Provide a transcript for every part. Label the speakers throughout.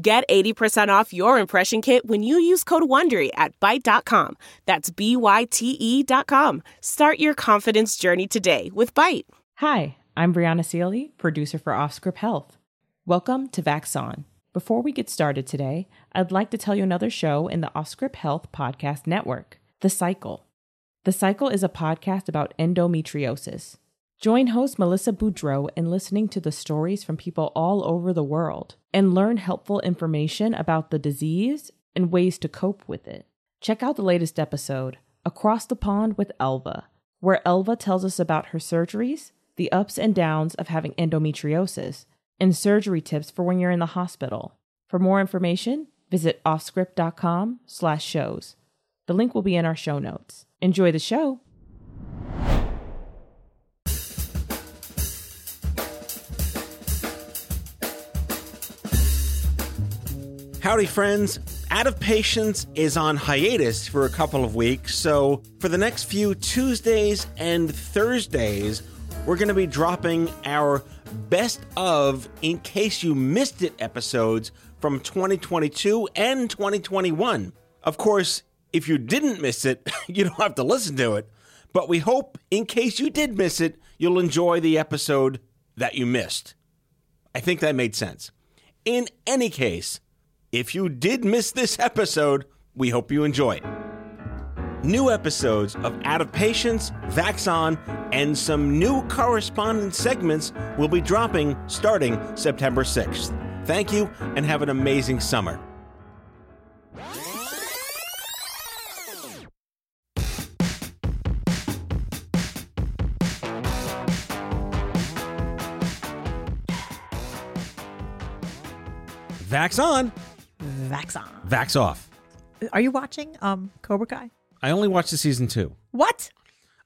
Speaker 1: Get 80% off your impression kit when you use code WONDERY at Byte.com. That's B-Y-T-E E dot com. Start your confidence journey today with Byte.
Speaker 2: Hi, I'm Brianna Seely, producer for Offscript Health. Welcome to Vaxon. Before we get started today, I'd like to tell you another show in the Offscript Health podcast network, The Cycle. The Cycle is a podcast about endometriosis. Join host Melissa Boudreau in listening to the stories from people all over the world and learn helpful information about the disease and ways to cope with it. Check out the latest episode, Across the Pond with Elva, where Elva tells us about her surgeries, the ups and downs of having endometriosis, and surgery tips for when you're in the hospital. For more information, visit offscript.com slash shows. The link will be in our show notes. Enjoy the show.
Speaker 3: Howdy, friends. Out of Patience is on hiatus for a couple of weeks, so for the next few Tuesdays and Thursdays, we're going to be dropping our best of in case you missed it episodes from 2022 and 2021. Of course, if you didn't miss it, you don't have to listen to it, but we hope in case you did miss it, you'll enjoy the episode that you missed. I think that made sense. In any case, if you did miss this episode, we hope you enjoy it. New episodes of Out of Patience, Vaxon, and some new correspondent segments will be dropping starting September 6th. Thank you and have an amazing summer. Vax on,
Speaker 4: Vaxon.
Speaker 3: Vax off.
Speaker 4: Are you watching um Cobra Kai?
Speaker 3: I only watched the season two.
Speaker 4: What?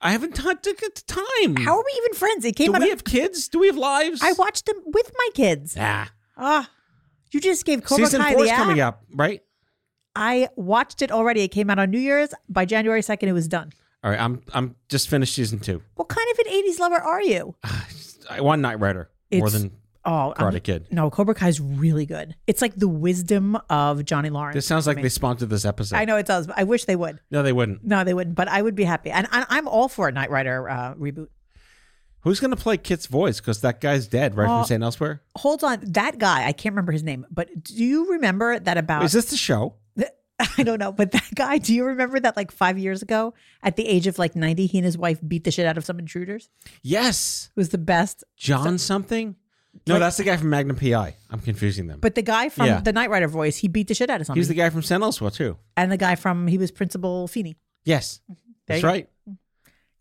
Speaker 3: I haven't had t- t- time.
Speaker 4: How are we even friends? It
Speaker 3: do
Speaker 4: came out.
Speaker 3: Hmm. we
Speaker 4: of,
Speaker 3: have kids? Do we have lives?
Speaker 4: I watched them with my kids.
Speaker 3: Ah,
Speaker 4: Ah, you just gave Cobra
Speaker 3: season
Speaker 4: Kai
Speaker 3: four
Speaker 4: the
Speaker 3: is
Speaker 4: app.
Speaker 3: coming up, right?
Speaker 4: I watched it already. It came out on New Year's. By January second, it was done.
Speaker 3: All right, I'm I'm just finished season two.
Speaker 4: What kind of an '80s lover are you?
Speaker 3: I want Knight Rider more
Speaker 4: It's-
Speaker 3: than
Speaker 4: Oh, I'm-
Speaker 3: Karate Kid.
Speaker 4: No, Cobra Kai is really good. It's like the wisdom of Johnny Lawrence.
Speaker 3: This sounds
Speaker 4: for
Speaker 3: like
Speaker 4: me.
Speaker 3: they sponsored this episode.
Speaker 4: I know it does. But I wish they would.
Speaker 3: No, they wouldn't.
Speaker 4: No, they wouldn't. But I would be happy, and I, I'm all for a Knight Rider uh, reboot.
Speaker 3: Who's gonna play Kit's voice? Because that guy's dead, right?
Speaker 4: Oh.
Speaker 3: from St. Elsewhere.
Speaker 4: Hold on, that guy. I can't remember his name, but do you remember that about?
Speaker 3: Is this the show?
Speaker 4: I don't know, but that guy, do you remember that like five years ago at the age of like 90, he and his wife beat the shit out of some intruders?
Speaker 3: Yes,
Speaker 4: It was the best.
Speaker 3: John something. No, that's the guy from Magnum PI. I'm confusing them.
Speaker 4: But the guy from
Speaker 3: Yeah.
Speaker 4: the Knight Rider voice, he beat the shit out of
Speaker 3: he
Speaker 4: somebody.
Speaker 3: was the guy from St. Elsewhere too.
Speaker 4: and the guy from, he was Principal Feeney.
Speaker 3: Yes, that's
Speaker 4: Mm-hmm. you go.
Speaker 3: right.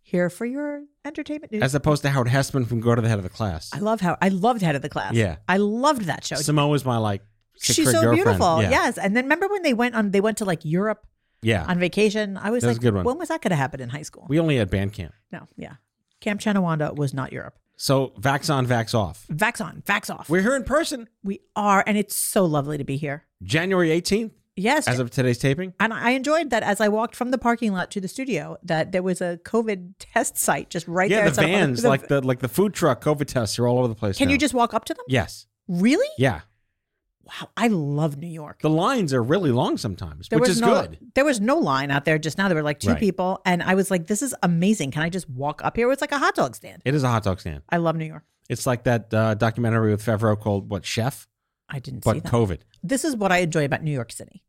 Speaker 4: Here for your entertainment news.
Speaker 3: As opposed to Howard Hessman from Go to the Head of the Class.
Speaker 4: I love how, I loved Head of the Class.
Speaker 3: Yeah.
Speaker 4: I loved that show.
Speaker 3: Samoa is my like. sixth
Speaker 4: She's
Speaker 3: grade
Speaker 4: so
Speaker 3: girlfriend.
Speaker 4: beautiful.
Speaker 3: Yeah.
Speaker 4: Yes. And then remember when they went on, they went to like Europe
Speaker 3: Yeah.
Speaker 4: on vacation? I was
Speaker 3: That was
Speaker 4: like,
Speaker 3: a good one.
Speaker 4: when was that going to happen in high school?
Speaker 3: We only had band camp.
Speaker 4: no, yeah. Camp Chanawanda was not Europe.
Speaker 3: So vax on, vax off.
Speaker 4: Vax on, vax off.
Speaker 3: We're here in person,
Speaker 4: we are, and it's so lovely to be here.
Speaker 3: January 18th,
Speaker 4: Yes.
Speaker 3: as of today's taping.
Speaker 4: and I enjoyed that as I walked from the parking lot to the studio that there was a COVID test site just right
Speaker 3: yeah,
Speaker 4: there.
Speaker 3: the
Speaker 4: So-
Speaker 3: vans,
Speaker 4: the-
Speaker 3: like the like the food truck COVID tests are all over the place.
Speaker 4: Can
Speaker 3: now.
Speaker 4: you just walk up to them?
Speaker 3: Yes.
Speaker 4: Really?
Speaker 3: Yeah.
Speaker 4: Wow, I love New York.
Speaker 3: The lines are really long sometimes,
Speaker 4: There
Speaker 3: which
Speaker 4: was
Speaker 3: is
Speaker 4: no,
Speaker 3: good.
Speaker 4: There was no line out there just now. There were like two
Speaker 3: Right.
Speaker 4: people, and I was like, "This is amazing. Can I just walk up here? It's like a hot dog stand."
Speaker 3: It is a hot dog stand.
Speaker 4: I love New York.
Speaker 3: It's like that uh, documentary with Favreau called what Chef,
Speaker 4: I didn't see
Speaker 3: but
Speaker 4: that.
Speaker 3: COVID.
Speaker 4: This is what I enjoy about New York City.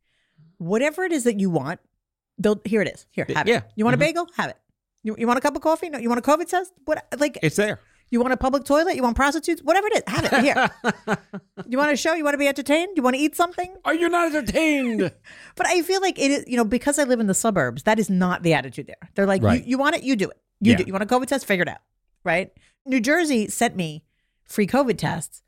Speaker 4: Whatever it is that you want, they'll here it is. Here, have
Speaker 3: yeah.
Speaker 4: it. You want
Speaker 3: Mhm.
Speaker 4: a bagel? Have it. You, you want a cup of coffee? No. You want a COVID test? What? Like
Speaker 3: It's there.
Speaker 4: You want a public toilet? You want prostitutes? Whatever it is, have it here. you want a show? You want to be entertained? You want to eat something?
Speaker 3: Are you not entertained?
Speaker 4: But I feel like it is, you know, because I live in the suburbs, that is not the attitude there. They're like,
Speaker 3: Right.
Speaker 4: you, you want it, you do it. You
Speaker 3: Yeah.
Speaker 4: do. You want a COVID test? Figure it out. Right? New Jersey sent me free COVID tests,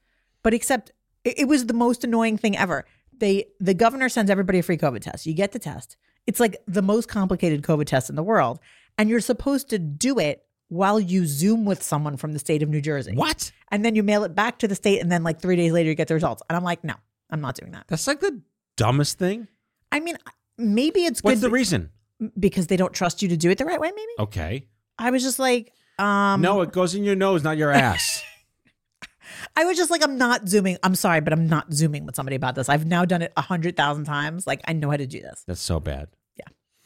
Speaker 4: but except it, it was the most annoying thing ever. they the governor sends everybody a free COVID test. You get the test. It's like the most complicated COVID test in the world, and you're supposed to do it while you Zoom with someone from the state of New Jersey.
Speaker 5: What?
Speaker 4: And then you mail it back to the state, and then like three days later you get the results. And I'm like, no, I'm not doing that.
Speaker 5: That's like the
Speaker 3: Dumbest thing.
Speaker 4: I mean, maybe it's
Speaker 3: What's
Speaker 4: good
Speaker 3: the
Speaker 4: be-
Speaker 3: reason?
Speaker 4: because they don't trust you to do it the right way. Maybe
Speaker 5: okay.
Speaker 4: I was just like, um,
Speaker 3: no, it goes in your nose, not your ass.
Speaker 4: I was just like, I'm not zooming. I'm sorry, but I'm not zooming with somebody about this. I've now done it a hundred thousand times. Like I know how to do this.
Speaker 3: That's so bad.
Speaker 4: Yeah.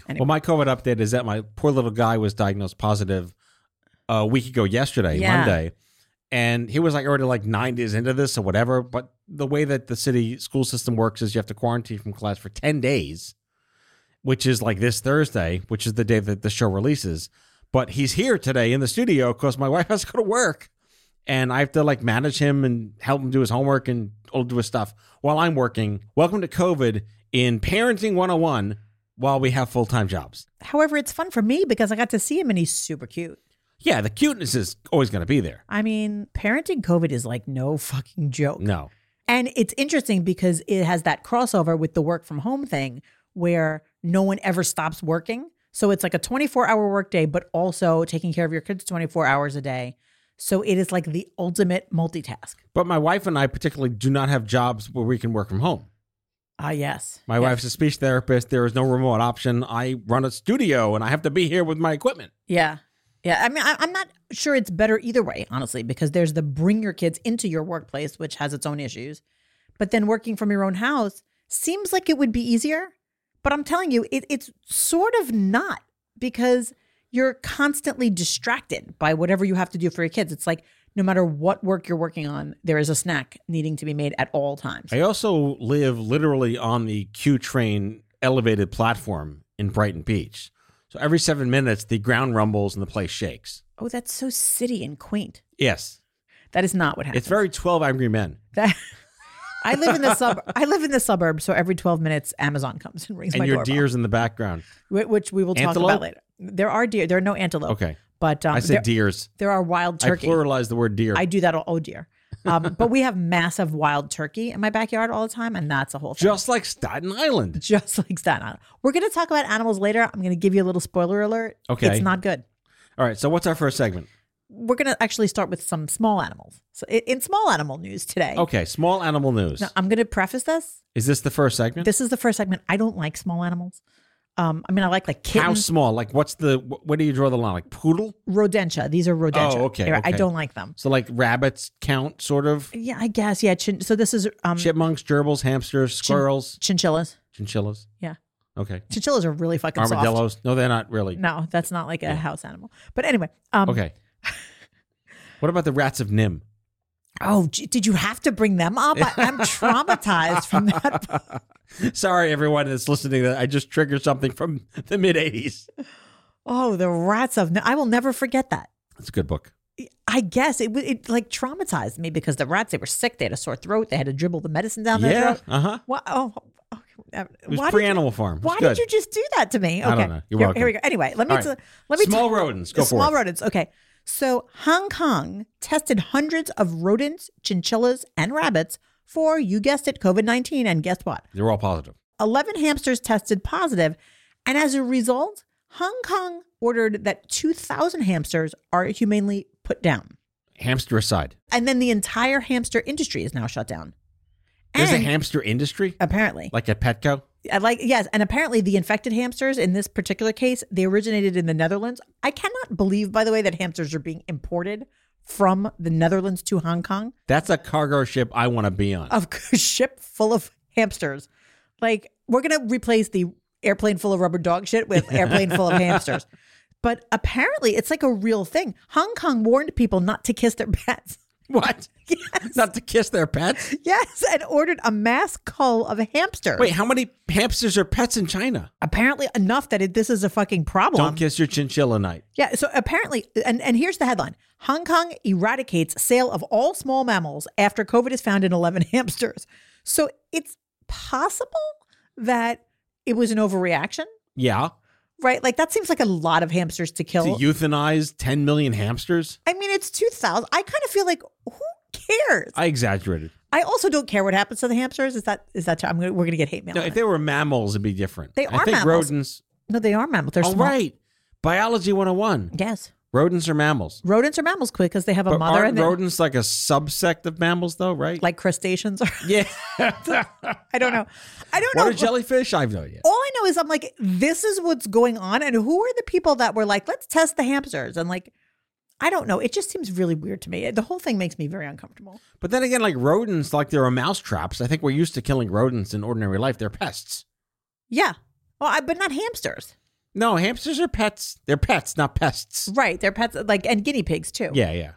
Speaker 4: Anyway.
Speaker 3: Well, my COVID update is that my poor little guy was diagnosed positive a week ago yesterday,
Speaker 4: Yeah.
Speaker 3: Monday. And he was like already like nine days into this or whatever. But the way that the city school system works is you have to quarantine from class for 10 days, which is like this Thursday, which is the day that the show releases. But he's here today in the studio because my wife has to go to work. And I have to like manage him and help him do his homework and all do his stuff while I'm working. Welcome to COVID in Parenting 101 while we have full time jobs.
Speaker 4: However, it's fun for me because I got to see him and he's super cute.
Speaker 3: Yeah, the cuteness is always going to be there.
Speaker 4: I mean, parenting COVID is like no fucking joke.
Speaker 3: No.
Speaker 4: And it's interesting because it has that crossover with the work from home thing where no one ever stops working. So it's like a 24 hour workday, but also taking care of your kids 24 hours a day. So it is like the ultimate multitask.
Speaker 3: But my wife and I, particularly, do not have jobs where we can work from home.
Speaker 4: Ah, yes.
Speaker 3: My wife's a speech therapist. There is no remote option. I run a studio and I have to be here with my equipment.
Speaker 4: Yeah. Yeah. I mean, I, I'm not sure it's better either way, honestly, because there's the bring your kids into your workplace, which has its own issues. But then working from your own house seems like it would be easier. But I'm telling you, it, it's sort of not because you're constantly distracted by whatever you have to do for your kids. It's like no matter what work you're working on, there is a snack needing to be made at all times.
Speaker 3: I also live literally on the Q train elevated platform in Brighton Beach. So every seven minutes, the ground rumbles and the place shakes.
Speaker 4: Oh, that's so city and quaint.
Speaker 3: Yes.
Speaker 4: That is not what happens.
Speaker 3: It's very 12 Angry Men.
Speaker 4: That I live in the sub. I live in the suburb, so every twelve minutes, Amazon comes and rings
Speaker 3: And
Speaker 4: my
Speaker 3: your
Speaker 4: doorbell,
Speaker 3: deer's in the background.
Speaker 4: whi- which we will talk
Speaker 3: Antelope?
Speaker 4: about later. There are deer. There are no antelope.
Speaker 3: Okay.
Speaker 4: but um,
Speaker 3: I
Speaker 4: there,
Speaker 3: said deers.
Speaker 4: there are wild
Speaker 3: I
Speaker 4: turkey.
Speaker 3: pluralized the word deer.
Speaker 4: I do that. All, oh dear. Um, but we have massive wild turkey in my backyard all the time, and that's a whole thing.
Speaker 3: just like Staten Island.
Speaker 4: Just like Staten Island. We're going to talk about animals later. I'm going to give you a little spoiler alert.
Speaker 3: Okay.
Speaker 4: It's not good.
Speaker 3: All right. So what's our first segment?
Speaker 4: We're going to actually start with some small animals. So i- in small animal news today,
Speaker 3: Okay. Small animal news.
Speaker 4: now, I'm going to preface this.
Speaker 3: Is this the first segment?
Speaker 4: This is the first segment. I don't like small animals. Um, I mean, I like like kittens.
Speaker 3: How small? Like, what's the? wh- Where do you draw the line? Like poodle?
Speaker 4: rodentia. These are rodentia.
Speaker 3: Oh, okay,
Speaker 4: They're- I
Speaker 3: okay.
Speaker 4: don't like them.
Speaker 3: So like rabbits count sort of.
Speaker 4: Yeah, I guess. Yeah. Chin- so this is um
Speaker 3: Chipmunks, gerbils, hamsters, squirrels,
Speaker 4: chinchillas.
Speaker 3: chinchillas.
Speaker 4: Yeah.
Speaker 3: Okay.
Speaker 4: Chinchillas are really fucking soft.
Speaker 3: Armadillos. No, they're not really.
Speaker 4: No, that's not like a house animal. But anyway, um,
Speaker 3: Okay. what about the rats of Nim?
Speaker 4: Oh, gee, did you have to bring them up? I, I'm traumatized from that.
Speaker 3: Sorry, everyone that's listening. That I just triggered something from the mid '80s.
Speaker 4: Oh, the rats of. I will never forget that.
Speaker 3: It's a good book.
Speaker 4: I guess it wa- it like traumatized me because the rats they were sick. They had a sore throat. They had to dribble the medicine down their
Speaker 3: Yeah.
Speaker 4: throat.
Speaker 3: Uh huh.
Speaker 4: Why, oh, oh, uh,
Speaker 3: It was
Speaker 4: why did you,
Speaker 3: pre-Animal Farm. It was
Speaker 4: why
Speaker 3: good.
Speaker 4: did you just do that to me? Okay,
Speaker 3: I don't know. You're
Speaker 4: here, here we
Speaker 3: welcome.
Speaker 4: go. Anyway, let me
Speaker 3: All right.
Speaker 4: t- let me t-
Speaker 3: Small rodents. Go
Speaker 4: small
Speaker 3: for it.
Speaker 4: rodents. Okay. So Hong Kong tested hundreds of rodents, chinchillas, and rabbits for, you guessed it, COVID 19. And guess what?
Speaker 3: They're all positive.
Speaker 4: 11 hamsters tested positive, And as a result, Hong Kong ordered that 2,000 hamsters are humanely put down.
Speaker 3: Hamster aside.
Speaker 4: And then the entire hamster industry is now shut down.
Speaker 3: There's a
Speaker 4: And
Speaker 3: hamster industry,
Speaker 4: Apparently.
Speaker 3: like at Petco.
Speaker 4: I like yes, and apparently the infected hamsters in this particular case they originated in the Netherlands. I cannot believe, by the way, that hamsters are being imported from the Netherlands to Hong Kong
Speaker 3: That's a cargo ship I want to be on.
Speaker 4: of a ship full of hamsters. Like we're gonna replace the airplane full of rubber dog shit with airplane full of hamsters. But apparently, it's like a real thing. Hong Kong warned people not to kiss their pets.
Speaker 3: what? Not to kiss their pets?
Speaker 4: Yes, and ordered a mass cull of hamsters.
Speaker 3: Wait, how many hamsters are pets in China?
Speaker 4: apparently enough that it, this is a fucking problem.
Speaker 3: Don't kiss your chinchilla night.
Speaker 4: Yeah, so apparently, and, and here's the headline Hong Kong eradicates sale of all small mammals after COVID is found in 11 hamsters. So it's possible that it was an overreaction,
Speaker 3: Yeah.
Speaker 4: right? Like, that seems like a lot of hamsters
Speaker 3: To
Speaker 4: to kill.
Speaker 3: euthanize 10 million hamsters?
Speaker 4: I mean, it's 2000. I kind of feel like, who cares?
Speaker 3: I exaggerated.
Speaker 4: I also don't care what happens to the hamsters. Is that is that? I'm gonna, we're going to get hate mail.
Speaker 3: No,
Speaker 4: on
Speaker 3: if
Speaker 4: it.
Speaker 3: they were mammals, it'd be different.
Speaker 4: They
Speaker 3: I
Speaker 4: are
Speaker 3: think
Speaker 4: mammals.
Speaker 3: rodents.
Speaker 4: no, they are mammals. They're
Speaker 3: All
Speaker 4: small.
Speaker 3: right. Biology 101.
Speaker 4: Yes,
Speaker 3: Rodents are mammals.
Speaker 4: rodents are mammals quick because they have a
Speaker 3: But
Speaker 4: mother
Speaker 3: aren't
Speaker 4: and they
Speaker 3: rodents like a subsect of mammals, though, right?
Speaker 4: like crustaceans. Or,
Speaker 3: yeah.
Speaker 4: I don't know. I don't
Speaker 3: what
Speaker 4: know.
Speaker 3: are jellyfish? I have no idea.
Speaker 4: All I know is I'm like, this is what's going on, and who are the people that were like, let's test the hamsters and like. I don't know. It just seems really weird to me. The whole thing makes me very uncomfortable.
Speaker 3: But then again, like rodents, like there are mouse traps. I think we're used to killing rodents in ordinary life. They're pests.
Speaker 4: Yeah. Well, I, but not hamsters.
Speaker 3: No, hamsters are pets. They're pets, not pests.
Speaker 4: Right. They're pets, like, and guinea pigs too.
Speaker 3: Yeah, yeah.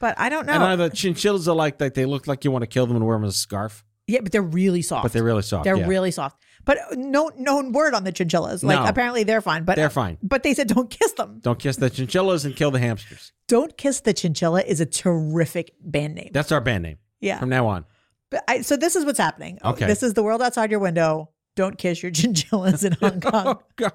Speaker 4: But I don't know.
Speaker 3: And I know the chinchillas are like that. They look like you want to kill them and wear them as a scarf,
Speaker 4: yeah, but they're really soft.
Speaker 3: but they're really soft.
Speaker 4: They're
Speaker 3: yeah.
Speaker 4: really soft. But uh, no known word on the chinchillas. Like
Speaker 3: No.
Speaker 4: apparently they're fine. But
Speaker 3: They're fine.
Speaker 4: But they said don't kiss them.
Speaker 3: Don't kiss the chinchillas and kill the hamsters.
Speaker 4: Don't kiss the chinchilla is a terrific band name.
Speaker 3: That's our band name
Speaker 4: yeah.
Speaker 3: from now on.
Speaker 4: But I, so this is what's happening. Oh,
Speaker 3: Okay.
Speaker 4: This is the world outside your window. Don't kiss your chinchillas in Hong Kong.
Speaker 3: Oh gosh.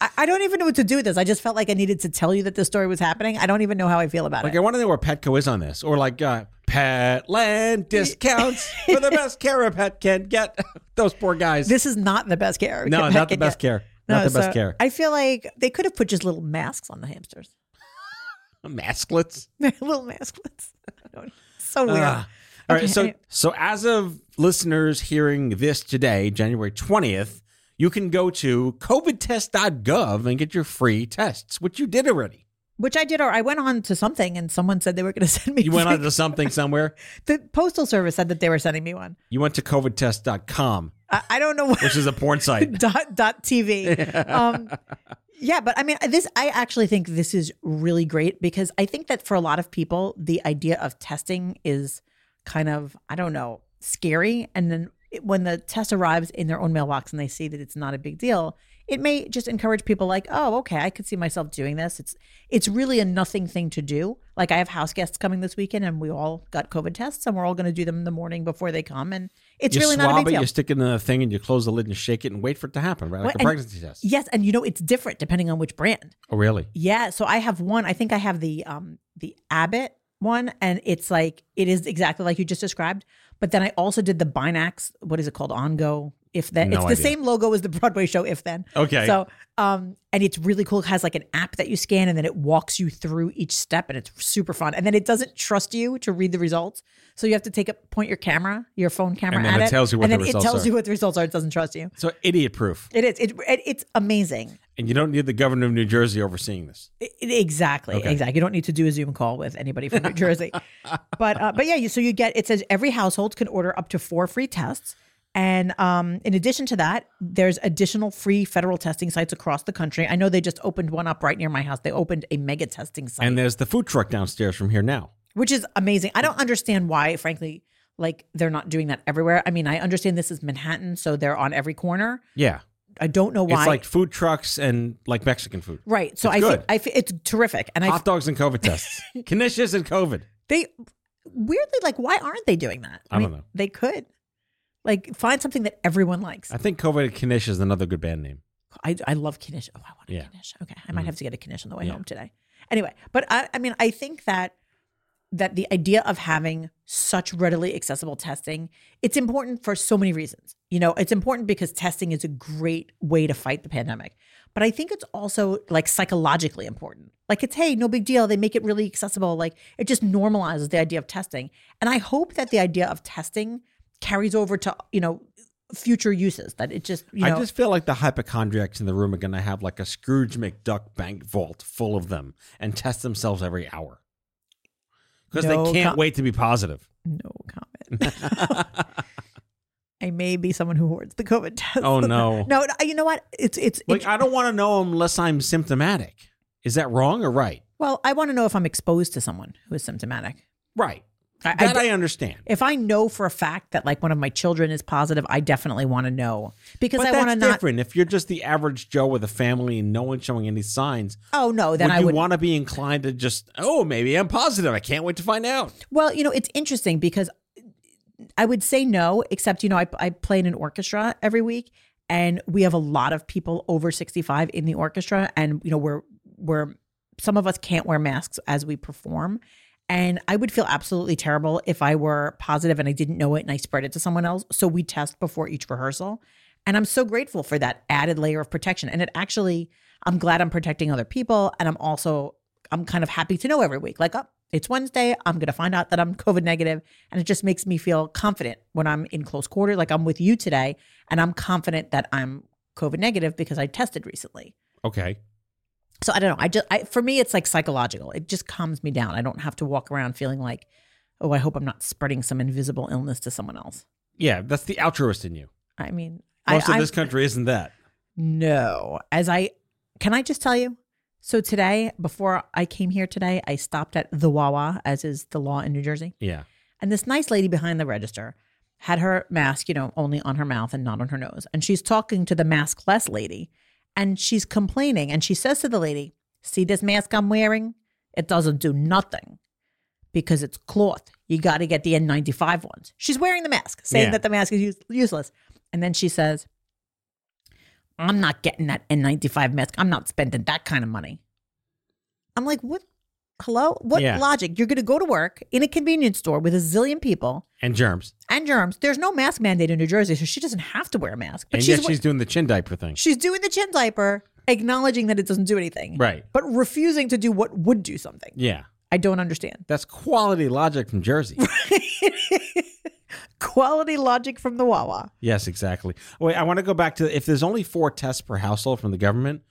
Speaker 4: I, I don't even know what to do with this. I just felt like I needed to tell you that this story was happening. I don't even know how I feel about
Speaker 3: Like
Speaker 4: it.
Speaker 3: I want to know where Petco is on this, or like uh, Petland discounts for the best care a pet can get. Those poor guys.
Speaker 4: This is not the best care.
Speaker 3: no,
Speaker 4: I
Speaker 3: not the
Speaker 4: can
Speaker 3: best
Speaker 4: get.
Speaker 3: care.
Speaker 4: No,
Speaker 3: Not the best
Speaker 4: so
Speaker 3: care.
Speaker 4: I feel like they could have put just little masks on the hamsters.
Speaker 3: Masklets.
Speaker 4: little masklets. I don't- so weird.
Speaker 3: Ah. All right,
Speaker 4: Okay,
Speaker 3: so
Speaker 4: anyway.
Speaker 3: so as of listeners hearing this today, January 20th, you can go to covidtest.gov and get your free tests, which you did already.
Speaker 4: Which I did, or I went on to something, and someone said they were going to send me.
Speaker 3: You went
Speaker 4: free-
Speaker 3: on to something somewhere.
Speaker 4: the postal service said that they were sending me one.
Speaker 3: You went to covidtest.com,
Speaker 4: I, I don't know what
Speaker 3: which is a porn site.
Speaker 4: dot dot TV. Um, yeah, but I mean, this I actually think this is really great because I think that for a lot of people, the idea of testing is kind of I don't know scary, and then it- when the test arrives in their own mailbox and they see that it's not a big deal, it may just encourage people like, oh, okay, I could see myself doing this. It's it's really a nothing thing to do. Like I have house guests coming this weekend, and we all got COVID tests, and we're all going to do them in the morning before they come, and it's
Speaker 3: you
Speaker 4: really
Speaker 3: swab
Speaker 4: not a big
Speaker 3: it,
Speaker 4: deal.
Speaker 3: you stick it in the thing, and you close the lid and shake it and wait for it to happen, right? Like
Speaker 4: Well,
Speaker 3: a
Speaker 4: and-
Speaker 3: pregnancy test.
Speaker 4: Yes, and you know it's different depending on which brand.
Speaker 3: Oh, really?
Speaker 4: Yeah, so I have one. I think I have the um the Abbott one, and it's like it is exactly like you just described. But then I also did the Binax. What is it called? Ongo. If then
Speaker 3: No
Speaker 4: it's the
Speaker 3: idea.
Speaker 4: same logo as the Broadway show. If then.
Speaker 3: Okay.
Speaker 4: So um, and it's really cool. It has like an app that you scan, and then it walks you through each step, and it's super fun. And then it doesn't trust you to read the results, so you have to take a point your camera, your phone camera,
Speaker 3: And then
Speaker 4: at
Speaker 3: it tells you what
Speaker 4: and
Speaker 3: the
Speaker 4: then
Speaker 3: results
Speaker 4: it tells
Speaker 3: are.
Speaker 4: you what the results are. It doesn't trust you.
Speaker 3: So idiot proof.
Speaker 4: It is. It, it it's amazing.
Speaker 3: And you don't need the governor of New Jersey overseeing this.
Speaker 4: I- E, Exactly.
Speaker 3: Okay.
Speaker 4: Exactly. You don't need to do a Zoom call with anybody from New Jersey. but uh, but yeah, you, so you get it says every household can order up to four free tests. And um, in addition to that, there's additional free federal testing sites across the country. I know they just opened one up right near my house. They opened a mega testing site,
Speaker 3: And there's the food truck downstairs from here now.
Speaker 4: which is amazing. I don't understand why, frankly, like they're not doing that everywhere. I mean, I understand this is Manhattan, so they're on every corner.
Speaker 3: Yeah.
Speaker 4: I don't know why.
Speaker 3: It's like food trucks and like Mexican food.
Speaker 4: right. So
Speaker 3: it's
Speaker 4: I
Speaker 3: good.
Speaker 4: think I fe- it's terrific, and I
Speaker 3: Hot dogs and COVID tests. Knishes and COVID.
Speaker 4: They weirdly like why aren't they doing that?
Speaker 3: I don't know.
Speaker 4: They could like find something that everyone likes.
Speaker 3: I think COVID and Knish is another good band name.
Speaker 4: I, I love Knish. Oh, I want a
Speaker 3: Yeah. Mm-hmm.
Speaker 4: Knish. Okay, I might have to get a Knish on the way
Speaker 3: Yeah.
Speaker 4: home today. Anyway, but I, I mean, I think that that the idea of having such readily accessible testing, it's important for so many reasons. You know, it's important because testing is a great way to fight the pandemic. But I think it's also like psychologically important. Like it's hey, no big deal. They make it really accessible. Like it just normalizes the idea of testing. And I hope that the idea of testing carries over to, you know, future uses that it just, you know,
Speaker 3: I just feel like the hypochondriacs in the room are going to have like a Scrooge McDuck bank vault full of them and test themselves every hour because
Speaker 4: No
Speaker 3: they can't
Speaker 4: com-
Speaker 3: wait to be positive.
Speaker 4: No comment. I may be someone who hoards the COVID test.
Speaker 3: Oh, no.
Speaker 4: no, no, you know what? It's it's,
Speaker 3: Like, I don't want to know unless I'm symptomatic. Is that wrong or right?
Speaker 4: well, I want to know if I'm exposed to someone who is symptomatic.
Speaker 3: Right.
Speaker 4: I, I
Speaker 3: That
Speaker 4: d-
Speaker 3: I, understand.
Speaker 4: if I know for a fact that like one of my children is positive, I definitely want to know because
Speaker 3: But
Speaker 4: I want to
Speaker 3: that's
Speaker 4: not.
Speaker 3: different. If you're just the average Joe with a family and no one showing any signs,
Speaker 4: Oh no, then
Speaker 3: would
Speaker 4: I
Speaker 3: you
Speaker 4: would.
Speaker 3: want to be inclined to just, oh, maybe I'm positive. I can't wait to find out.
Speaker 4: well, you know, it's interesting because I would say no, except you know, I I play in an orchestra every week, and we have a lot of people over sixty five in the orchestra, and you know, we're we're some of us can't wear masks as we perform. And I would feel absolutely terrible if I were positive and I didn't know it and I spread it to someone else. So we test before each rehearsal. And I'm so grateful for that added layer of protection. And it actually, I'm glad I'm protecting other people. And I'm also, I'm kind of happy to know every week, like, oh, it's Wednesday. I'm going to find out that I'm COVID negative, And it just makes me feel confident when I'm in close quarter. Like I'm with you today and I'm confident that I'm COVID negative because I tested recently.
Speaker 3: Okay.
Speaker 4: So I don't know. I just, I, for me, it's like psychological. It just calms me down. I don't have to walk around feeling like, oh, I hope I'm not spreading some invisible illness to someone else.
Speaker 3: Yeah, that's the altruist in you.
Speaker 4: I mean,
Speaker 3: Most
Speaker 4: I,
Speaker 3: of
Speaker 4: I-
Speaker 3: this country isn't that.
Speaker 4: No. As I can I just tell you? So today, before I came here today, I stopped at the Wawa, as is the law in New Jersey.
Speaker 3: Yeah.
Speaker 4: And this nice lady behind the register had her mask, you know, only on her mouth and not on her nose. And she's talking to the maskless lady and she's complaining. And she says to the lady, See this mask I'm wearing? It doesn't do nothing because it's cloth. You got to get the N95 ones. She's wearing the mask, saying
Speaker 3: Yeah.
Speaker 4: that the mask is use- useless. And then she says, I'm not getting that N95 mask. I'm not spending that kind of money. I'm like, what? Hello? What
Speaker 3: Yeah.
Speaker 4: logic? You're going to go to work in a convenience store with a zillion people
Speaker 3: And germs.
Speaker 4: and germs. There's no mask mandate in New Jersey, so she doesn't have to wear a mask. But
Speaker 3: and
Speaker 4: she's,
Speaker 3: yet she's doing the chin diaper thing.
Speaker 4: she's doing the chin diaper, acknowledging that it doesn't do anything,
Speaker 3: Right.
Speaker 4: But refusing to do what would do something.
Speaker 3: Yeah.
Speaker 4: I don't understand.
Speaker 3: That's quality logic from Jersey.
Speaker 4: Quality logic from the Wawa.
Speaker 3: yes, exactly. Wait, I want to go back to if there's only four tests per household from the government,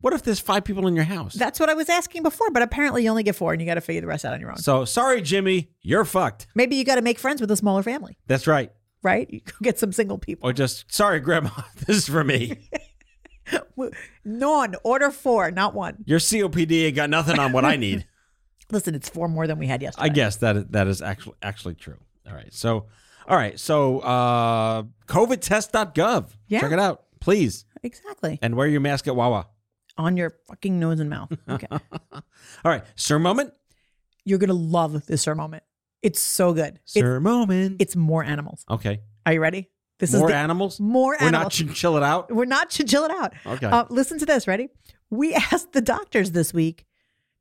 Speaker 3: what if there's five people in your house?
Speaker 4: That's what I was asking before, but apparently you only get four, and you got to figure the rest out on your own.
Speaker 3: so sorry, Jimmy, you're fucked.
Speaker 4: Maybe you got to make friends with a smaller family,
Speaker 3: That's right.
Speaker 4: right? You go get some single people.
Speaker 3: Or just sorry, Grandma, this is for me.
Speaker 4: None. Order four, not one.
Speaker 3: Your COPD ain't got nothing on what I need.
Speaker 4: Listen, it's four more than we had yesterday.
Speaker 3: I guess that is- that is actually actually true. All right. So all right. So uh covidtest.gov.
Speaker 4: Yeah.
Speaker 3: Check it out, please.
Speaker 4: Exactly.
Speaker 3: And wear your mask at Wawa.
Speaker 4: On your fucking nose and mouth. Okay.
Speaker 3: All right. Sir moment.
Speaker 4: You're gonna love this sir moment. It's so good. It's,
Speaker 3: Sir moment.
Speaker 4: it's more animals.
Speaker 3: okay.
Speaker 4: Are you ready? This
Speaker 3: More
Speaker 4: is the,
Speaker 3: animals.
Speaker 4: more
Speaker 3: We're
Speaker 4: animals.
Speaker 3: not chinchill it out.
Speaker 4: We're not chill it out.
Speaker 3: Okay.
Speaker 4: Uh, listen to this. Ready? We asked the doctors this week.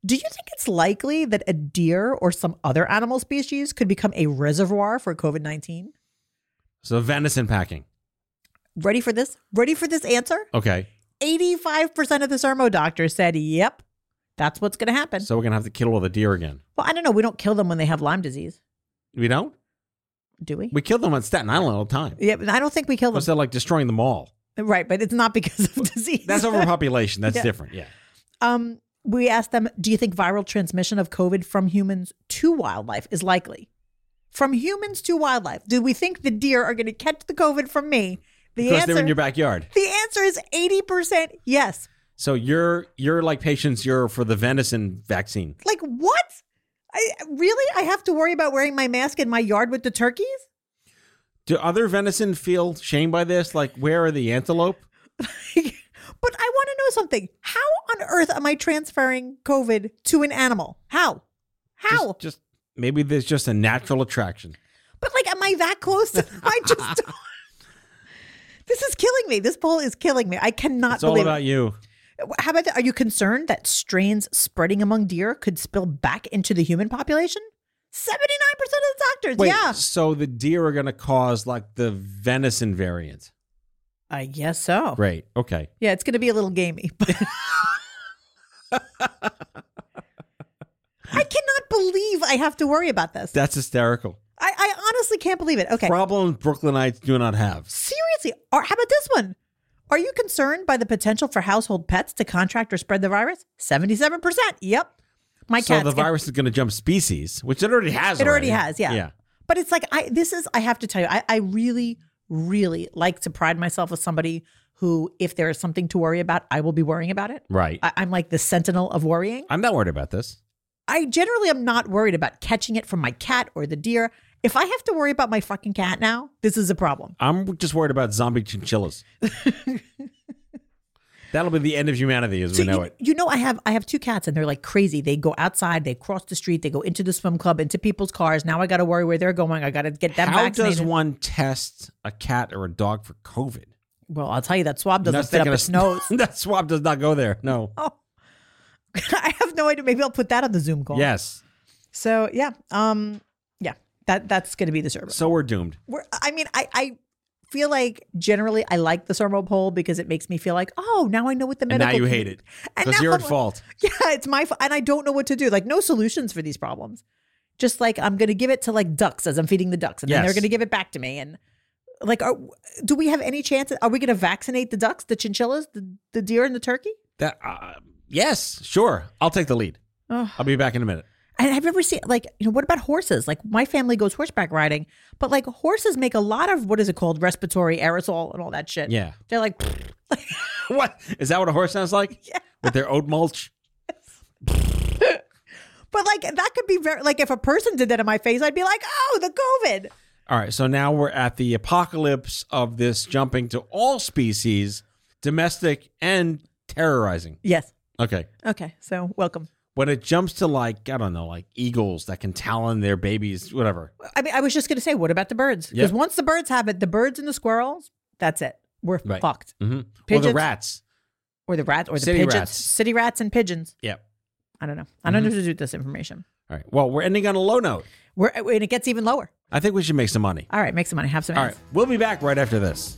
Speaker 4: Do you think it's likely that a deer or some other animal species could become a reservoir for COVID nineteen?
Speaker 3: So venison packing.
Speaker 4: Ready for this? Ready for this answer?
Speaker 3: Okay.
Speaker 4: Eighty five percent of the sermo doctors said, "Yep, that's what's going to happen."
Speaker 3: So we're gonna have to kill all the deer again.
Speaker 4: well, I don't know. We don't kill them when they have Lyme disease,
Speaker 3: We don't.
Speaker 4: do we?
Speaker 3: We kill them on Staten Island all the time.
Speaker 4: yeah, but I don't think we kill them.
Speaker 3: Instead, like destroying them all.
Speaker 4: Right, but it's not because of disease.
Speaker 3: That's overpopulation. That's
Speaker 4: Yeah.
Speaker 3: different. Yeah.
Speaker 4: um, we asked them, do you think viral transmission of COVID from humans to wildlife is likely? From humans to wildlife. Do we think the deer are going to catch the COVID from me? The
Speaker 3: Because
Speaker 4: answer,
Speaker 3: they're in your backyard.
Speaker 4: the answer is 80% yes.
Speaker 3: So you're you're like patients. You're for the venison vaccine.
Speaker 4: Like what? I really I have to worry about wearing my mask in my yard with the turkeys?
Speaker 3: Do other venison feel shame by this? Like, where are the antelope?
Speaker 4: but I want to know something. How on earth am I transferring COVID to an animal? How? How?
Speaker 3: Just, just maybe there's just a natural attraction.
Speaker 4: But like, am I that close? To, I just. this is killing me. This poll is killing me. I cannot
Speaker 3: It's all
Speaker 4: believe.
Speaker 3: about you.
Speaker 4: it. How about that? Are you concerned that strains spreading among deer could spill back into the human population? Seventy nine percent of the doctors.
Speaker 3: Wait,
Speaker 4: yeah,
Speaker 3: so the deer are going to cause like the venison variant.
Speaker 4: I guess so.
Speaker 3: Great. Okay.
Speaker 4: Yeah, it's going to be a little gamey. But I cannot believe I have to worry about this.
Speaker 3: That's hysterical.
Speaker 4: I, I honestly can't believe it. Okay.
Speaker 3: Problems Brooklynites do not have.
Speaker 4: Seriously, or how about this one? Are you concerned by the potential for household pets to contract or spread the virus? 77%. Yep. My
Speaker 3: so
Speaker 4: cat's
Speaker 3: the
Speaker 4: gonna-
Speaker 3: virus is going to jump species, which it already has.
Speaker 4: It already has, yeah.
Speaker 3: Yeah.
Speaker 4: But it's like I this is I have to tell you, I, I really, really like to pride myself as somebody who, if there is something to worry about, I will be worrying about it.
Speaker 3: Right.
Speaker 4: I, I'm like the sentinel of worrying.
Speaker 3: I'm not worried about this.
Speaker 4: I generally am not worried about catching it from my cat or the deer. If I have to worry about my fucking cat now, this is a problem.
Speaker 3: I'm just worried about zombie chinchillas. That'll be the end of humanity as we
Speaker 4: So
Speaker 3: know
Speaker 4: you,
Speaker 3: it.
Speaker 4: you know, I have I have two cats, and they're like crazy. They go outside, they cross the street, they go into the swim club, into people's cars. Now I got to worry where they're going. I got to get them
Speaker 3: How
Speaker 4: vaccinated.
Speaker 3: does one test a cat or a dog for COVID?
Speaker 4: well, I'll tell you that swab doesn't
Speaker 3: That's
Speaker 4: fit
Speaker 3: not
Speaker 4: up
Speaker 3: gonna-
Speaker 4: its nose.
Speaker 3: that swab does not go there. No.
Speaker 4: Oh. I have no idea. Maybe I'll put that on the Zoom call.
Speaker 3: Yes.
Speaker 4: So yeah, um, yeah, that that's going to be the Serbo.
Speaker 3: So we're doomed.
Speaker 4: We're, I mean, I I feel like generally I like the Serbo poll because it makes me feel like oh now I know what the
Speaker 3: And
Speaker 4: medical.
Speaker 3: now you
Speaker 4: commu-
Speaker 3: hate it
Speaker 4: And
Speaker 3: because
Speaker 4: now
Speaker 3: you're
Speaker 4: I'm
Speaker 3: at
Speaker 4: like,
Speaker 3: fault.
Speaker 4: Yeah, it's my fault, and I don't know what to do. Like no solutions for these problems. Just like I'm going to give it to like ducks as I'm feeding the ducks, and then they're
Speaker 3: Yes.
Speaker 4: going to give it back to me. And like, are, do we have any chance? Are we going to vaccinate the ducks, the chinchillas, the, the deer, and the turkey?
Speaker 3: That uh, yes, sure. I'll take the lead.
Speaker 4: Ugh.
Speaker 3: I'll be back in a minute.
Speaker 4: And I've never seen like you know what about horses? Like my family goes horseback riding, but like horses make a lot of what is it called respiratory aerosol and all that shit.
Speaker 3: Yeah.
Speaker 4: they're like
Speaker 3: What is that? What a horse sounds like?
Speaker 4: Yeah.
Speaker 3: With their oat mulch.
Speaker 4: But like that could be very like if a person did that in my face, I'd be like, oh, the COVID.
Speaker 3: All right. So now we're at the apocalypse of this jumping to all species, domestic and terrorizing.
Speaker 4: Yes.
Speaker 3: Okay.
Speaker 4: Okay. So welcome.
Speaker 3: When it jumps to like I don't know, like eagles that can talon their babies, whatever.
Speaker 4: I mean, I was just gonna say, what about the birds? Because
Speaker 3: Yep.
Speaker 4: once the birds have it, the birds and the squirrels, that's it. We're
Speaker 3: Right.
Speaker 4: fucked.
Speaker 3: Mm-hmm. Or the
Speaker 4: Pigeons?
Speaker 3: rats.
Speaker 4: Or the rats, or the
Speaker 3: City
Speaker 4: pigeons,
Speaker 3: rats. Mm-hmm.
Speaker 4: city rats and pigeons.
Speaker 3: Yeah.
Speaker 4: I don't know. I don't know what to do with this information.
Speaker 3: All right. Well, we're ending on a low note.
Speaker 4: We're uh, and it gets even lower.
Speaker 3: I think we should make some money.
Speaker 4: All right, make some money, have some.
Speaker 3: All
Speaker 4: ads.
Speaker 3: right. We'll be back right after this.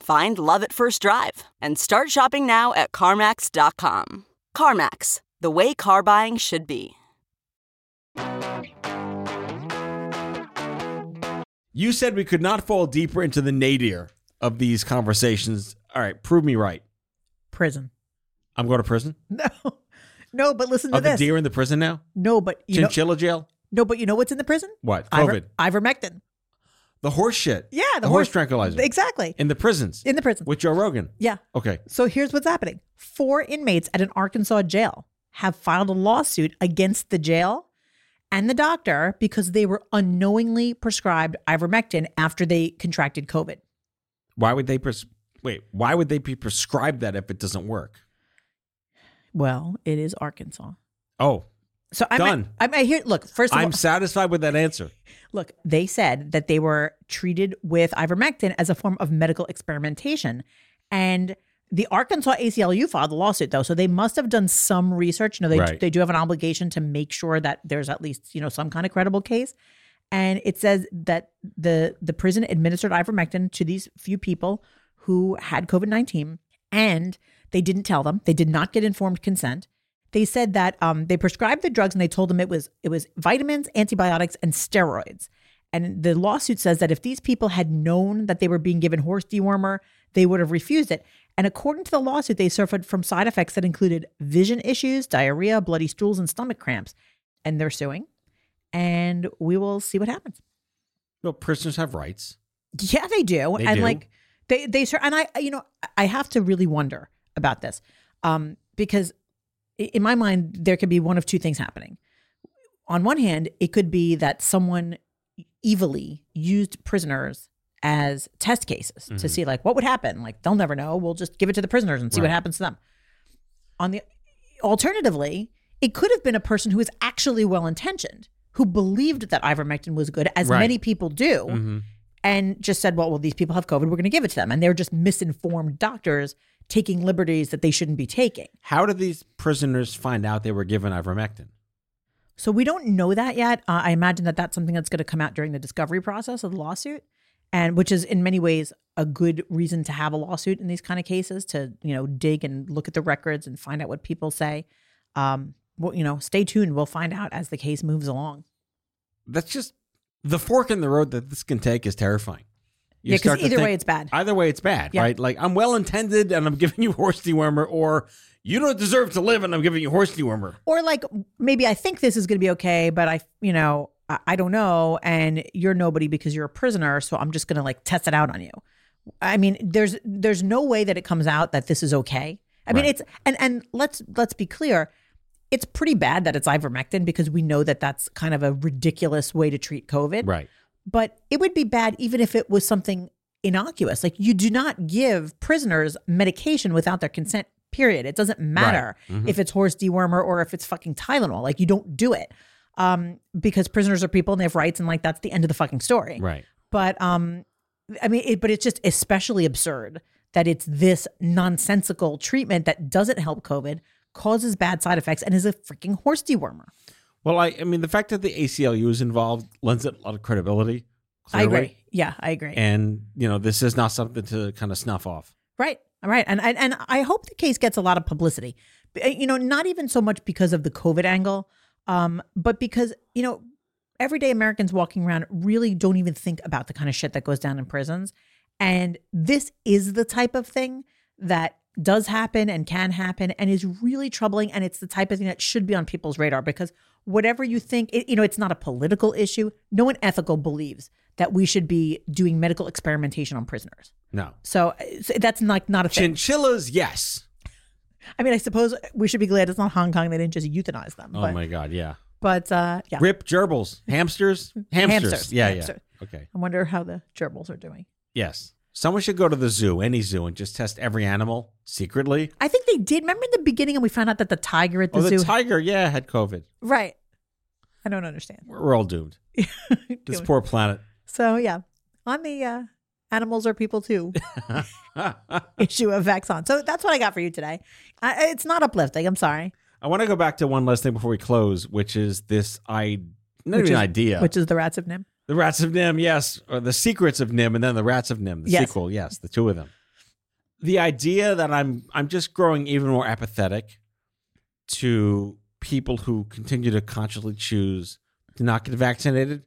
Speaker 6: Find love at first drive and start shopping now at CarMax.com. CarMax, the way car buying should be.
Speaker 3: You said we could not fall deeper into the nadir of these conversations. All right, prove me right.
Speaker 4: Prison.
Speaker 3: I'm going to prison.
Speaker 4: No. No, but listen to
Speaker 3: Are the
Speaker 4: this.
Speaker 3: deer in the prison now?
Speaker 4: no, but you know,
Speaker 3: Chinchilla jail?
Speaker 4: no, but you know what's in the prison?
Speaker 3: What?
Speaker 4: Iver-
Speaker 3: COVID.
Speaker 4: ivermectin.
Speaker 3: The horse shit.
Speaker 4: Yeah,
Speaker 3: the, horse, tranquilizer.
Speaker 4: Exactly.
Speaker 3: In the prisons.
Speaker 4: In the prison.
Speaker 3: With Joe Rogan.
Speaker 4: yeah.
Speaker 3: Okay.
Speaker 4: So here's what's happening four inmates at an Arkansas jail have filed a lawsuit against the jail and the doctor because they were unknowingly prescribed ivermectin after they contracted COVID.
Speaker 3: Why would they pres- wait? Why would they be prescribed that if it doesn't work?
Speaker 4: Well, it is Arkansas.
Speaker 3: Oh,
Speaker 4: So I'm
Speaker 3: Done.
Speaker 4: I'm I hear. Look, first of
Speaker 3: I'm
Speaker 4: all,
Speaker 3: satisfied with that answer.
Speaker 4: Look, they said that they were treated with ivermectin as a form of medical experimentation. And the Arkansas ACLU filed a lawsuit though, so they must have done some research. You know, they
Speaker 3: Right.
Speaker 4: they do have an obligation to make sure that there's at least, you know, some kind of credible case. And it says that the the prison administered ivermectin to these few people who had COVID-19 and they didn't tell them. They did not get informed consent they said that um, they prescribed the drugs and they told them it was it was vitamins, antibiotics, and steroids. And the lawsuit says that if these people had known that they were being given horse dewormer, they would have refused it. And according to the lawsuit, they suffered from side effects that included vision issues, diarrhea, bloody stools, and stomach cramps. And they're suing. And we will see what happens.
Speaker 3: No, prisoners have rights.
Speaker 4: Yeah, they do.
Speaker 3: They
Speaker 4: and
Speaker 3: do.
Speaker 4: like they they sure and I you know I have to really wonder about this. Um because i- in my mind there could be one of two things happening. On one hand, it could be that someone evilly used prisoners as test cases
Speaker 3: Mm-hmm.
Speaker 4: to see like what would happen. Like they'll never know. We'll just give it to the prisoners and see what
Speaker 3: Right.
Speaker 4: happens to them. On the alternatively, it could have been a person who is actually well intentioned, who believed that ivermectin was good, as
Speaker 3: Right. Mm-hmm.
Speaker 4: many people do, and just said, "Well, well, these people have COVID. We're going to give it to them," and they're just misinformed doctors taking liberties that they shouldn't be taking.
Speaker 3: How did these prisoners find out they were given ivermectin?
Speaker 4: So we don't know that yet. Uh, I imagine that that's something that's going to come out during the discovery process of the lawsuit, and which is in many ways a good reason to have a lawsuit in these kind of cases to you know dig and look at the records and find out what people say. Um, well, you know, stay tuned. We'll find out as the case moves along.
Speaker 3: That's just the fork in the road that this can take is terrifying.
Speaker 4: Yeah, 'cause
Speaker 3: start to
Speaker 4: either way it's bad.
Speaker 3: Either way, it's bad,
Speaker 4: Yeah.
Speaker 3: right? Like I'm well intended and I'm giving you horse dewormer, or you don't deserve to live and I'm giving you horse dewormer.
Speaker 4: Or like maybe I think this is going to be okay, but I you know I, I don't know, and you're nobody because you're a prisoner, so I'm just going to like test it out on you. I mean, there's there's no way that it comes out that this is okay. I mean,
Speaker 3: Right.
Speaker 4: it's and and let's let's be clear, it's pretty bad that it's ivermectin because we know that that's kind of a ridiculous way to treat COVID.
Speaker 3: Right.
Speaker 4: But it would be bad even if it was something innocuous. Like you do not give prisoners medication without their consent. Period. It doesn't matter if it's horse dewormer or if it's fucking Tylenol. Like you don't do it um, because prisoners are people and they have rights, and like that's the end of the fucking story
Speaker 3: Right.
Speaker 4: but um i mean it, but it's just especially absurd that it's this nonsensical treatment that doesn't help covid causes bad side effects and is a freaking horse dewormer
Speaker 3: Well, I, I mean, the fact that the ACLU is involved lends it a lot of credibility.
Speaker 4: i
Speaker 3: clearly.
Speaker 4: agree yeah i agree
Speaker 3: And you know, this is not something to kind of snuff off.
Speaker 4: Right. All right. And, and and I hope the case gets a lot of publicity. B- uh, You know, not even so much because of the COVID angle, um, but because, you know, everyday Americans walking around really don't even think about the kind of shit that goes down in prisons. And this is the type of thing that does happen and can happen and is really troubling. And it's the type of thing that should be on people's radar because whatever you think, it, you know, it's not a political issue. No one ethical believes that we should be doing medical experimentation on prisoners.
Speaker 3: No.
Speaker 4: So, uh, so that's like not a thing.
Speaker 3: Chinchillas, yes.
Speaker 4: I mean, I suppose we should be glad it's not Hong Kong. They didn't just euthanize them.
Speaker 3: Oh
Speaker 4: but,
Speaker 3: my god, yeah.
Speaker 4: But uh, yeah,
Speaker 3: Rip gerbils, hamsters, hamsters.
Speaker 4: Hamsters,
Speaker 3: Yeah,
Speaker 4: hamsters.
Speaker 3: yeah. Okay.
Speaker 4: I wonder how the gerbils are doing.
Speaker 3: Yes. Someone should go to the zoo, any zoo, and just test every animal secretly.
Speaker 4: I think they did. Remember in the beginning, and we found out that the tiger at the
Speaker 3: Oh, the
Speaker 4: zoo,
Speaker 3: tiger, yeah, had COVID.
Speaker 4: right? I don't understand.
Speaker 3: We're, we're all doomed. This poor planet.
Speaker 4: so yeah, on the uh, animals are people too issue of Vaxon. So that's what I got for you today. Uh, it's not uplifting. I'm sorry.
Speaker 3: I want to go back to one last thing before we close, which is this I not
Speaker 4: Which
Speaker 3: even
Speaker 4: is-
Speaker 3: idea.
Speaker 4: Which is the rats of Nim.
Speaker 3: The Rats of Nim, yes, or The Secrets of Nim, and then The Rats of Nim, the
Speaker 4: Yes.
Speaker 3: sequel, yes, the two of them. The idea that I'm I'm just growing even more apathetic to people who continue to consciously choose to not get vaccinated,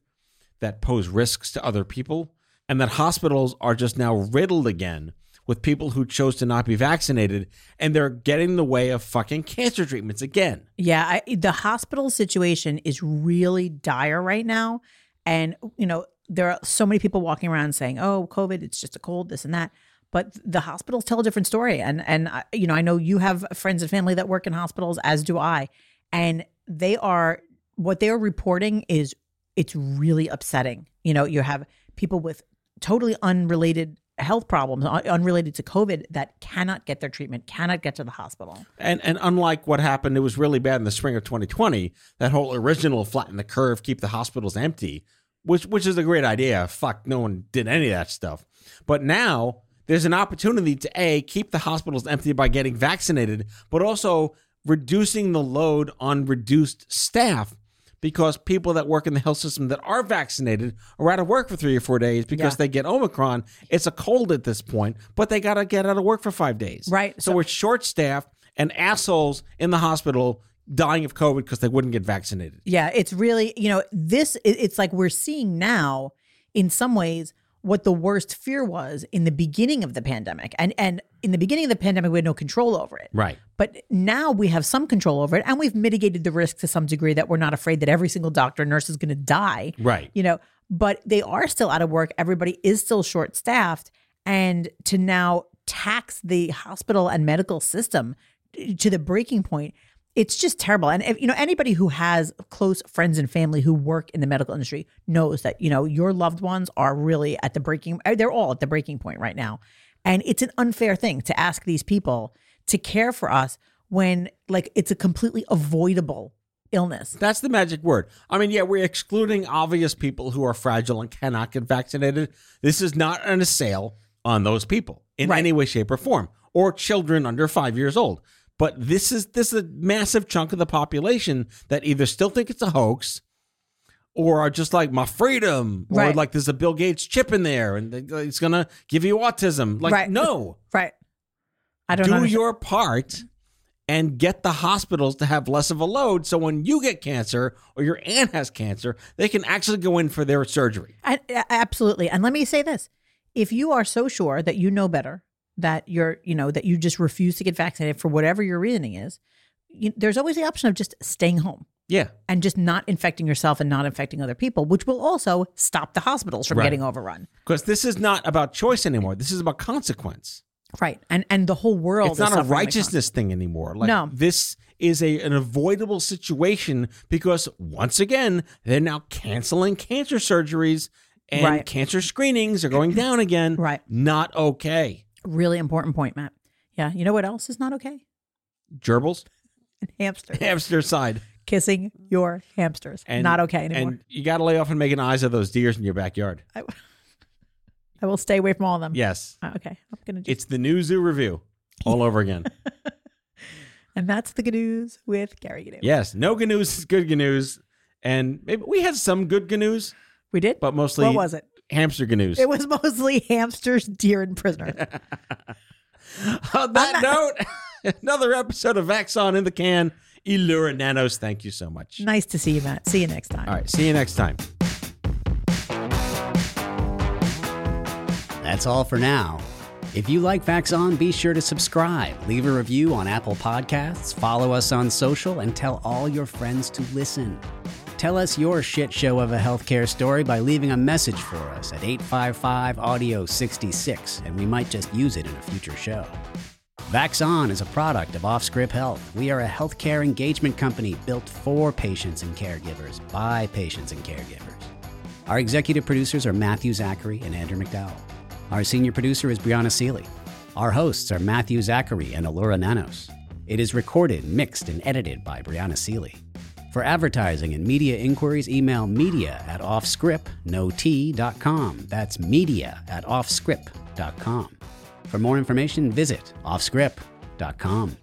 Speaker 3: that pose risks to other people, and that hospitals are just now riddled again with people who chose to not be vaccinated, and they're getting in the way of fucking cancer treatments again.
Speaker 4: Yeah, I, the hospital situation is really dire right now. And, you know, there are so many people walking around saying, oh, COVID, it's just a cold, this and that. But the hospitals tell a different story. And, and I- you know, I know you have friends and family that work in hospitals, as do I. And they are, what they are reporting is, it's really upsetting. You know, you have people with totally unrelated health problems, un- unrelated to COVID, that cannot get their treatment, cannot get to the hospital.
Speaker 3: And and unlike what happened, it was really bad in the spring of 2020. That whole original flatten the curve, keep the hospitals empty, which which is a great idea. Fuck, no one did any of that stuff. But now there's an opportunity to a keep the hospitals empty by getting vaccinated, but also reducing the load on reduced staff because people that work in the health system that are vaccinated are out of work for three or four days because
Speaker 4: Yeah.
Speaker 3: they get omicron it's a cold at this point but they got to get out of work for five days
Speaker 4: Right,
Speaker 3: so,
Speaker 4: so-
Speaker 3: we're short staffed and assholes in the hospital dying of COVID because they wouldn't get vaccinated.
Speaker 4: Yeah, it's really, you know, this it- it's like we're seeing now in some ways what the worst fear was in the beginning of the pandemic. And and in the beginning of the pandemic we had no control over it.
Speaker 3: Right.
Speaker 4: But now we have some control over it and we've mitigated the risk to some degree that we're not afraid that every single doctor and nurse is going to die.
Speaker 3: Right.
Speaker 4: You know, but they are still out of work. Everybody is still short staffed. And to now tax the hospital and medical system to the breaking point It's just terrible. And if, you know, anybody who has close friends and family who work in the medical industry knows that, you know, your loved ones are really at the breaking uh, they're all at the breaking point right now. And it's an unfair thing to ask these people to care for us when like it's a completely avoidable illness.
Speaker 3: That's the magic word. I mean, yeah, we're excluding obvious people who are fragile and cannot get vaccinated. This is not an assail on those people in
Speaker 4: Right.
Speaker 3: any way, shape, or form, or children under five years old. But this is this is a massive chunk of the population that either still think it's a hoax, or are just like my freedom, or
Speaker 4: Right.
Speaker 3: like there's a Bill Gates chip in there and it's gonna give you autism. Like
Speaker 4: Right.
Speaker 3: no,
Speaker 4: Right. I don't
Speaker 3: do
Speaker 4: know.
Speaker 3: your part and get the hospitals to have less of a load so when you get cancer or your aunt has cancer they can actually go in for their surgery
Speaker 4: I, a- absolutely. And let me say this: if you are so sure that you know better, that you're, you know, that you just refuse to get vaccinated for whatever your reasoning is, you, there's always the option of just staying home
Speaker 3: yeah
Speaker 4: and just not infecting yourself and not infecting other people, which will also stop the hospitals from
Speaker 3: Right.
Speaker 4: getting overrun.
Speaker 3: because this is not about choice anymore this is about consequence
Speaker 4: Right. And and the whole world.
Speaker 3: it's
Speaker 4: is
Speaker 3: not a
Speaker 4: suffering like that.
Speaker 3: righteousness thing anymore like
Speaker 4: No.
Speaker 3: this is a an avoidable situation because once again they're now canceling cancer surgeries and
Speaker 4: Right.
Speaker 3: cancer screenings are going down again
Speaker 4: Right.
Speaker 3: not okay
Speaker 4: Really important point, Matt. Yeah. You know what else is not okay?
Speaker 3: gerbils
Speaker 4: Hamsters
Speaker 3: hamster side
Speaker 4: kissing your hamsters. not okay anymore.
Speaker 3: And you got to lay off and making eyes at those deers in your backyard.
Speaker 4: I will stay away from all of them.
Speaker 3: Yes.
Speaker 4: Uh, Okay. I'm gonna. Just,
Speaker 3: It's the new zoo review all over again.
Speaker 4: and that's the good news with Gary Gadu.
Speaker 3: yes. No good news is good good news. And maybe we had some good good news,
Speaker 4: We did.
Speaker 3: but mostly
Speaker 4: what was it?
Speaker 3: hamster good news.
Speaker 4: It was mostly hamsters, deer, and prisoners.
Speaker 3: On that note, another episode of Vaxon in the Can. Elura Nanos, thank you so much.
Speaker 4: nice to see you, Matt. See you next time.
Speaker 3: All right. See you next time.
Speaker 7: That's all for now. If you like Facts On, be sure to subscribe, leave a review on Apple Podcasts, follow us on social, and tell all your friends to listen. Tell us your shit show of a healthcare story by leaving a message for us at 855 Audio 66, and we might just use it in a future show. Vax On is a product of Offscript Health. We are a healthcare engagement company built for patients and caregivers, by patients and caregivers. Our executive producers are Matthew Zachary and Andrew McDowell. Our senior producer is Brianna Seely. Our hosts are Matthew Zachary and Alora Nanos. It is recorded, mixed, and edited by Brianna Seely. For advertising and media inquiries, email media at offscript.com. That's media at offscript.com. For more information, visit offscript.com.